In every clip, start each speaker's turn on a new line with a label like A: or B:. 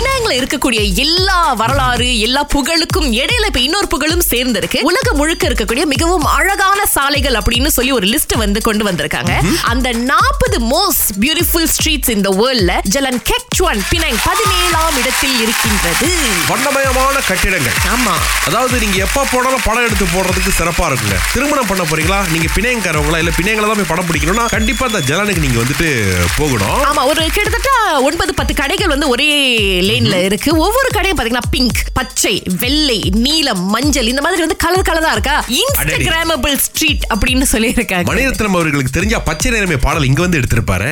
A: உலகத்துல இருக்கக்கூடிய எல்லா வரலாறு எல்லா புகழுக்கும் இடையில இப்ப இன்னொரு புகழும் சேர்ந்திருக்கு உலகம் முழுக்க இருக்கக்கூடிய மிகவும் அழகான சாலைகள் அப்படின்னு சொல்லி ஒரு லிஸ்ட் வந்து கொண்டு வந்திருக்காங்க அந்த நாற்பது மோஸ்ட் பியூட்டிஃபுல் ஸ்ட்ரீட்ஸ் இந்த வேர்ல்ட்ல ஜலன் கெக்சுவான் பினாங் பதினேழாம் இடத்தில் இருக்கின்றது
B: வண்ணமயமான கட்டிடங்கள்
A: ஆமா
B: அதாவது நீங்க எப்ப போனாலும் படம் எடுத்து போடுறதுக்கு சிறப்பா இருக்குங்க திருமணம் பண்ண போறீங்களா நீங்க பிணையங்காரவங்களா இல்ல பிணையங்கள தான் போய் படம் பிடிக்கணும்னா கண்டிப்பா அந்த ஜலனுக்கு நீங்க வந்துட்டு போகணும்
A: ஆமா ஒரு கிட்டத்தட்ட ஒன்பது பத்து கடைகள் வந்து ஒரே லேன்ல இருக்கு ஒவ்வொரு கடையும் பாத்தீங்கன்னா பிங்க் பச்சை வெள்ளை நீலம் மஞ்சள் இந்த மாதிரி வந்து கலர் கலரா இருக்கா இன்ஸ்டாகிராமபிள் ஸ்ட்ரீட் அப்படின்னு சொல்லி இருக்காங்க
B: மணிரத்னம் அவர்களுக்கு தெரிஞ்ச பச்சை நேரமே பாடல் இங்க வந்து எடுத்திருப்பாரு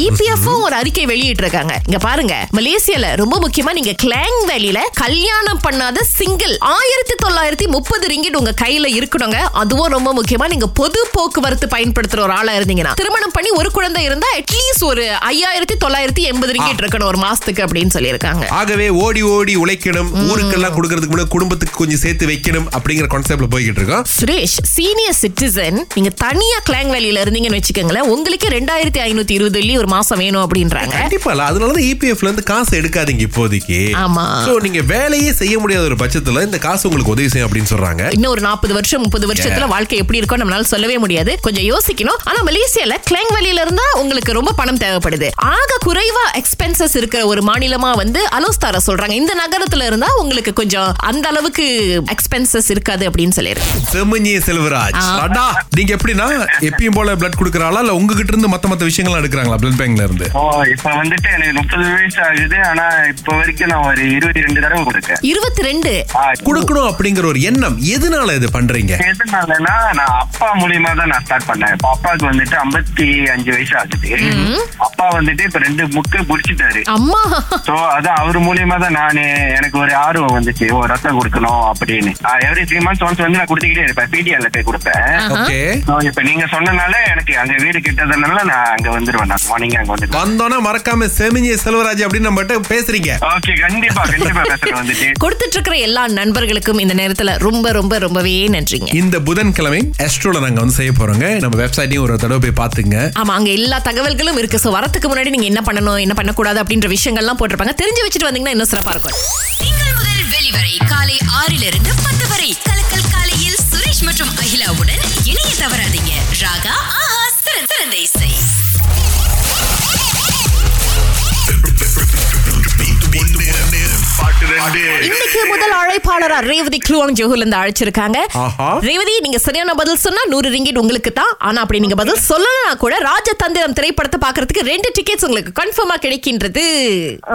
A: E இபிஎஃப் ஒரு அறிக்கை வெளியிட்டிருக்காங்க இங்க பாருங்க மலேசியால ரொம்ப முக்கியமா நீங்க கிளாங் வேலியில கல்யாணம் பண்ணாத சிங்கிள் ஆயிரத்தி தொள்ளாயிரத்தி முப்பது ரிங்கிட் உங்க கையில இருக்கணுங்க அதுவும் ரொம்ப முக்கியமா நீங்க பொது போக்குவரத்து பயன்படுத்துற ஒரு ஆளா இருந்தீங்கன்னா திருமணம் பண்ணி ஒரு குழந்தை இருந்தா அட்லீஸ்ட் ஒரு ஐயாயிரத்தி தொள்ளாயிரத்தி எண்பது ரிங்கிட் இருக்கணும் ஒரு மாசத்துக்கு அப்படின்னு சொல்லியிருக்காங்க
B: ஆகவே ஓடி ஓடி உழைக்கணும் ஊருக்கெல்லாம் கொடுக்கறதுக்கு முன்னாடி குடும்பத்துக்கு கொஞ்சம் சேர்த்து வைக்கணும் அப்படிங்கிற கான்செப்ட்ல போய்கிட்டு இருக்கோம்
A: சுரேஷ் சீனியர் சிட்டிசன் நீங்க தனியா கிளாங் வேலியில இருந்தீங்கன்னு வச்சுக்கோங்களேன் உங்களுக்கு ரெண்டாயிரத்தி ஐநூத்தி இருபது வெள்ளி ஒரு மாசம் வேணும் அப்படின்றாங்க
B: கண்டிப்பா இல்ல E அதனாலதான் இபிஎஃப்ல இருந்து காசு எடுக்காதீங்க இப்போதைக்கு
A: ஆமா.
B: சோ நீங்க வேலையே செய்ய முடியாத ஒரு பட்சத்துல இந்த காசு உங்களுக்கு உதவி செய்யும் அப்படின்னு சொல்றாங்க
A: இன்னும் ஒரு நாற்பது வருஷம் முப்பது வருஷத்துல
B: Yeah.
A: வாழ்க்கை எப்படி இருக்கும் நம்மளால சொல்லவே முடியாது கொஞ்சம் யோசிக்கணும் ஆனா மலேசியால கிளாங் வேலியில இருந்தா உங்களுக்கு ரொம்ப பணம் தேவைப்படுது ஆக குறைவா எக்ஸ்பென்சஸ் இருக்கிற ஒரு மாநிலமா வந்து அலோஸ்தார சொல்றாங்க இந்த நகரத்துல இருந்தா உங்களுக்கு கொஞ்சம் அந்த அளவுக்கு எக்ஸ்பென்சஸ் இருக்காது அப்படின்னு சொல்லியிருக்கு
B: செம்மஞ்சிய செல்வராஜ் அடா நீங்க எப்படின்னா எப்பயும் போல பிளட் குடுக்கறாளா இல்ல உங்ககிட்ட இருந்து மத்த மத்த விஷயங்கள்லாம் எடுக்கிறாங்களா பிளட் பேங்க்ல இருந்து
C: ஓ இப்ப வந்துட்டு எனக்கு முப்பது வயசு ஆகுது ஆனா இப்ப வரைக்கும் நான் ஒரு இருபத்தி ரெண்டு தடவை கொடுக்கேன்
A: இருபத்தி ரெண்டு
C: ஆ,
B: குடுக்கணும் அப்படிங்கிற ஒரு எண்ணம் எதனால இது பண்றீங்க
C: எதனாலனா நான் அப்பா மூலியமா தான் நான் ஸ்டார்ட் பண்ணேன் இப்ப அப்பாவுக்கு வந்துட்டு ஐம்பத்தி அஞ்சு வயசு ஆகுது அப்பா வந்துட்டு இப்ப ரெண்டு முக்கு முடிச்சிட்டாரு
A: அம்மா
C: சோ அது அவர் மூலியமா தான் நானு எனக்கு ஒரு ஆர்வம் வந்துச்சு ஓ ரத்தம் கொடுக்கணும் அப்படின்னு எவ்ரி த்ரீ மந்த்ஸ் ஒன்ஸ் வந்து நான் கொடுத்துக்கிட்டே இருப்பேன் பிடிஆர்ல போய் கொடுப்பேன்
B: ஓகே
C: So, இப்ப நீங்க சொன்னனால எனக்கு அங்க வீடு கிட்டதுனால நான் அங்க வந்துருவேன் நான் மார்னிங் அங்க வந்துருவேன்
B: வந்தோன்னா மறக்காம செமிஞ்சிய செல்வராஜ் அப்படின்னு நம்மகிட்ட பேசுறீங்க
C: ஓகே கண்டிப்பா கண்டிப்பா பேசுறேன் வந்துட்டு
A: கொடுத்துட்டு இருக்கிற எல்லா நண்பர்களுக்கும் இந்த நேரத்துல ரொம்ப ரொம்ப ரொம்பவே நன்றிங்க
B: இந்த புதன்கிழமை எஸ்ட்ரோல நாங்க வந்து செய்ய போறோங்க நம்ம வெப்சைட்டையும் ஒரு தடவை போய் பாத்துங்க
A: ஆமா அங்க எல்லா தகவல்களும் இருக்கு சோ வரத்துக்கு முன்னாடி நீங்க என்ன பண்ணணும் என்ன பண்ணக்கூடாது அப்படின்ற விஷயங்கள்லாம் போட்டிருப்பாங்க தெரிஞ்சு வச்சுட்டு வந்தீங்கன்னா இன்னும் சிறப்பா இருக்கும்
D: திங்கள் முதல் வெளிவரை காலை ஆறிலிருந்து பத்து வரை கலக்கல் காலையில் சுரேஷ் மற்றும் அகிலாவுடன் இணைய தவறாதீங்க ராகா ஆஹா சிறந்த சிறந்த இசை
A: இன்னைக்கு முதல் அழைப்பாளரா ரேவதி க்ளூவாங் ஜோஹர்ல இருந்து அழைச்சிருக்காங்க
B: ஆஹா.
A: ரேவதி நீங்க சரியான பதில் சொன்னா நூறு ரிங்கிட் உங்களுக்கு தான் ஆனா அப்படி நீங்க பதில் சொல்லலனா கூட ராஜதந்திரம் திரைப்படத்தை பாக்குறதுக்கு ரெண்டு டிக்கெட்ஸ் உங்களுக்கு கன்ஃபார்மா கிடைக்கின்றது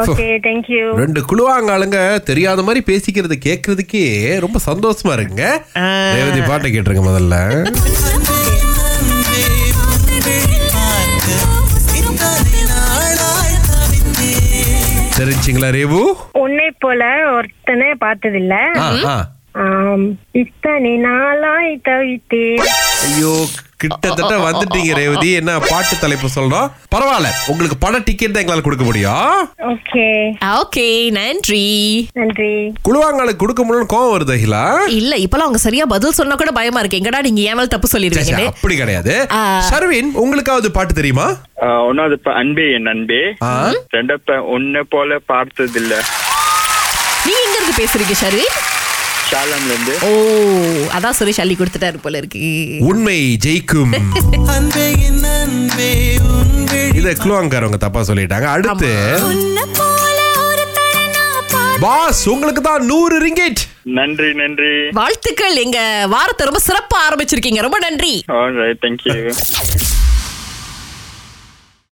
E: ஓகே தேங்க்யூ
B: ரெண்டு குழுவாங்காளுங்க தெரியாத மாதிரி பேசிக்கிறத கேக்குறதுக்கே ரொம்ப சந்தோஷமா இருக்குங்க ரேவதி பாட்டை கேட்டுருங்க முதல்ல தெரிஞ்சுங்களா ரேவு
E: உன்னை போல ஒருத்தனை பார்த்ததில்ல
B: ஆ, ஆ.
E: ஆம், இத்தனை நாளாய் தவித்தேன்
B: ஐயோ கிட்டத்தட்ட வந்துட்டீங்க ரேவதி என்ன பாட்டு தலைப்பு சொல்றோம் பரவாயில்ல உங்களுக்கு பட டிக்கெட் தான் எங்களால கொடுக்க முடியும்
E: ஓகே
A: ஓகே நன்றி
E: நன்றி
B: குழுவாங்களுக்கு கொடுக்க முடியும்னு கோவம் வருது அகிலா
A: இல்ல இப்பலாம் அவங்க சரியா பதில் சொன்னா கூட பயமா இருக்கு எங்கடா நீங்க ஏமல் தப்பு
B: சே, சே,
A: சொல்லிருக்கீங்க
B: அப்படி கிடையாது
A: ஆ.
B: சர்வின் உங்களுக்காவது பாட்டு தெரியுமா
F: ஆஹ் ஒன்னாவது ப- அன்பே என் அன்பே
B: ஆ.
F: ரெண்டப்ப உன்னை போல பார்த்ததில்ல
A: நீங்க எங்க இருந்து பேசுறீங்க ஷரு
F: ஷாலாம்ல இருந்து
A: ஓ அதான் சொல்லி சல்லி கொடுத்துட்டாரு போல இருக்கு
B: உண்மை ஜெயிக்கும்
G: அன்பே என் அன்பே உன் விழி
B: இத குழுவாங்காரவங்க தப்பா சொல்லிட்டாங்க அடுத்து பாஸ் உங்களுக்கு தான் நூறு ரிங்கெட்
F: நன்றி நன்றி
A: வாழ்த்துக்கள் எங்க வாரத்தை ரொம்ப சிறப்பா ஆரம்பிச்சிருக்கீங்க ரொம்ப நன்றி
F: ஆல்ரைட் தேங்க்யூ